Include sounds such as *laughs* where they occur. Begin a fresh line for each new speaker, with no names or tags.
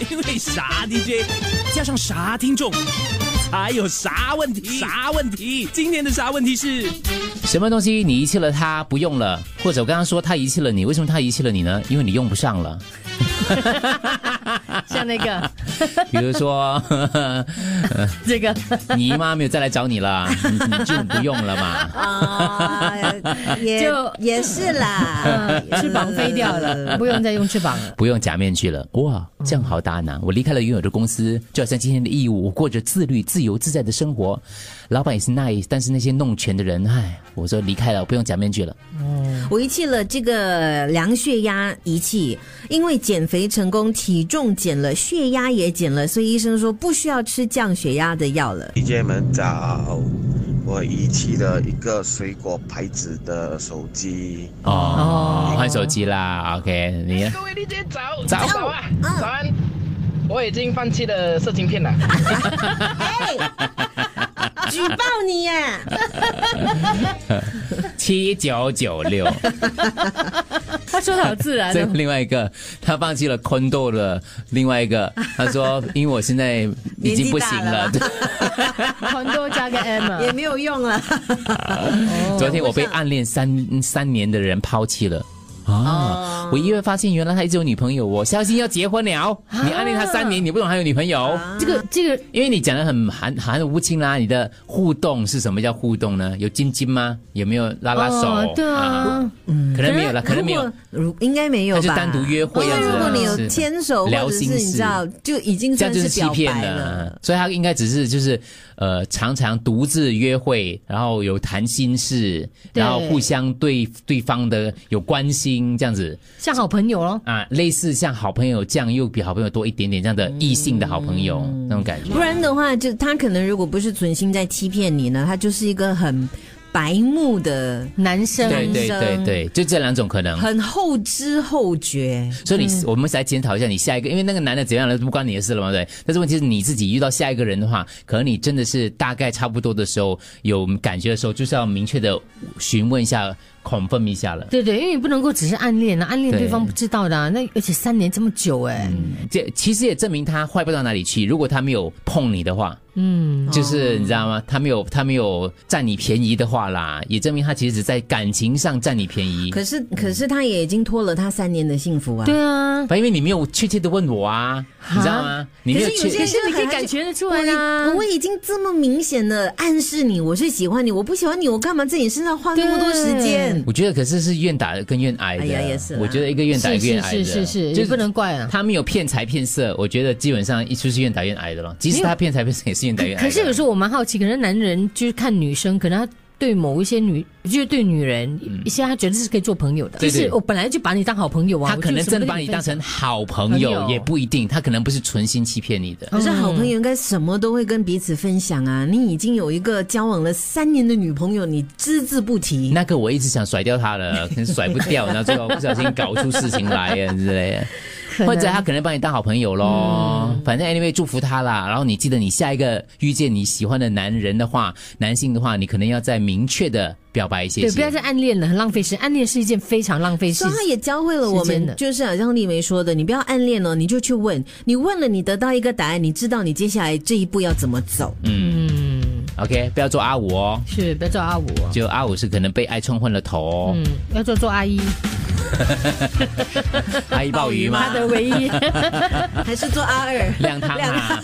*laughs* 因为啥 DJ 加上啥听众，还有啥问题？啥问题？今天的啥问题是？
什么东西你遗弃了他不用了，或者我刚刚说他遗弃了你，为什么他遗弃了你呢？因为你用不上了。
像那 *laughs* 个
比如说，
这个
你姨妈没有再来找你了，你你就不用了嘛。
啊，也
就
也
*laughs*
是啦，
嗯翅膀飞掉了，呃 *laughs* 不用再用翅膀了。
不用假面具了，哇，这样好大呢！我离开了原有的公司，就好像今天的义务，我过着自律、自由、自在的生活。老板也是 nice，但是那些弄权的人，唉，我说离开了，我不用假面具了。
我遗弃了这个量血压仪器，因为减肥成功，体重减了，血压也减了，所以医生说不需要吃降血压的
*laughs*
药了。
DJ 们早，我遗弃了一个水果牌子的手机。
哦，换手机啦，OK，你 *laughs* 呢
各位 DJ 早
早
早啊，早安！我已经放弃了色情片了。
哎，举报你啊耶！
七九九六。
他说的好自然
这
哦
个。另外一个，他放弃了 condo 的另外一个，他说因为我现在已经不行了。
年纪
很多加个 M
哎
啊，
*laughs* 也没有用了。哦
*laughs* 昨天我被暗恋三三年的人抛弃了。
哦
啊！我意外发现，原来他一直有女朋友哦。相信要结婚了，
啊
你暗恋他三年，你不懂还有女朋友，
这个这个
因为你讲的很含含糊不清啦。你的互动是什么叫互动呢？有亲亲吗？有没有拉拉手
哦？对啊，
可能没有了，可能没有，
嗯如果，应该没有
那
吧？
就单独约会
因
这样
为
子
如果你
是
有牵手，或
聊
者是
心
你
事
知道，就已经
这样
算
就是欺
表
骗
白
了
了。，
所以他应该只是就是呃，常常独自约会，然后有谈心事，
对
然后互相对对方的有关心这样子
像好朋友咯。
啊，类似像好朋友这样，又比好朋友多一点点这样的异性的好朋友、那种感觉
不。然的话，就他可能如果不是存心在欺骗你呢，他就是一个很白目的、
男生
对对
男
对
生
对，就这两种可能。
很后知后觉。
所以你、
嗯
我们来检讨一下你下一个，因为那个男的怎样了都不关你的事了嘛，对不对。但是问题是你自己遇到下一个人的话，可能你真的是大概差不多的时候有感觉的时候，就是要明确的呃询问一下、confirm 一下了。
对对，因为你不能够只是暗恋啊，暗恋
对
对方不知道的、啊，那而且三年这么久哎、
这其实也证明他坏不到哪里去。如果他没有碰你的话，嗯，
哦
就是你知道吗？他没有他没有占你便宜的话啦，也证明他其实只在感情上占你便宜。
可是，可是他也已经拖了他三年的幸福啊。
对啊，
反正因为你没有确切的问我啊，你知道吗？你没有
可是有
确
可
些人
是
就
你可以
很
感觉得出
我
来啊啦、
已我已经这么明显的暗示你，我是喜欢你，我不喜欢你，我干嘛在你身上花那么多时间？
我觉得可是是愿打跟愿挨的，啊
哎呀也是啦
我觉得一个愿打一
是
个愿
是
挨的，啊
是是是，
就
也不能怪啊。
他没有骗财骗色，我觉得基本上一就是愿打愿挨的咯。即使他骗财骗色，也是愿打愿挨的。啊
可是有时候我蛮好奇，可能男人就是看女生，可能他对某一些女，就是对女人一些，他觉得是可以做朋友的。
嗯对对
就是我本来就把你当好朋友啊，
他可能真的把你当成好朋
朋
友，
友
也不一定，他可能不是存心欺骗你的。
可是好朋友应该什么都会跟彼此分享啊！你已经有一个交往了三年的女朋友，你只字不提，
那个我一直想甩掉他
*laughs*
了，可是甩不掉，然后最后不小心搞出事情来呀之类的，
能嗯
或者他可能把你当好朋友咯，反正 anyway 祝福他啦。然后你记得你下一个遇见你喜欢的男人的话，男性的话，你可能要再明确的表白一些
对，
些。
不要再暗恋了，很浪费时间。暗恋是一件非常浪费时
所以
间。
他也教会了我
时间的
们，就是好像丽梅说的，你不要暗恋哦，你就去问，你问了，你得到一个答案，你知道你接下来这一步要怎么走。
嗯
OK，不要做阿五哦，
是，不要做阿五、哦，
就阿五是可能被爱冲昏了头哦。
嗯，要做做阿一，
阿姨鲍鱼吗。
他？的唯一。
还是做阿二
亮汤啊，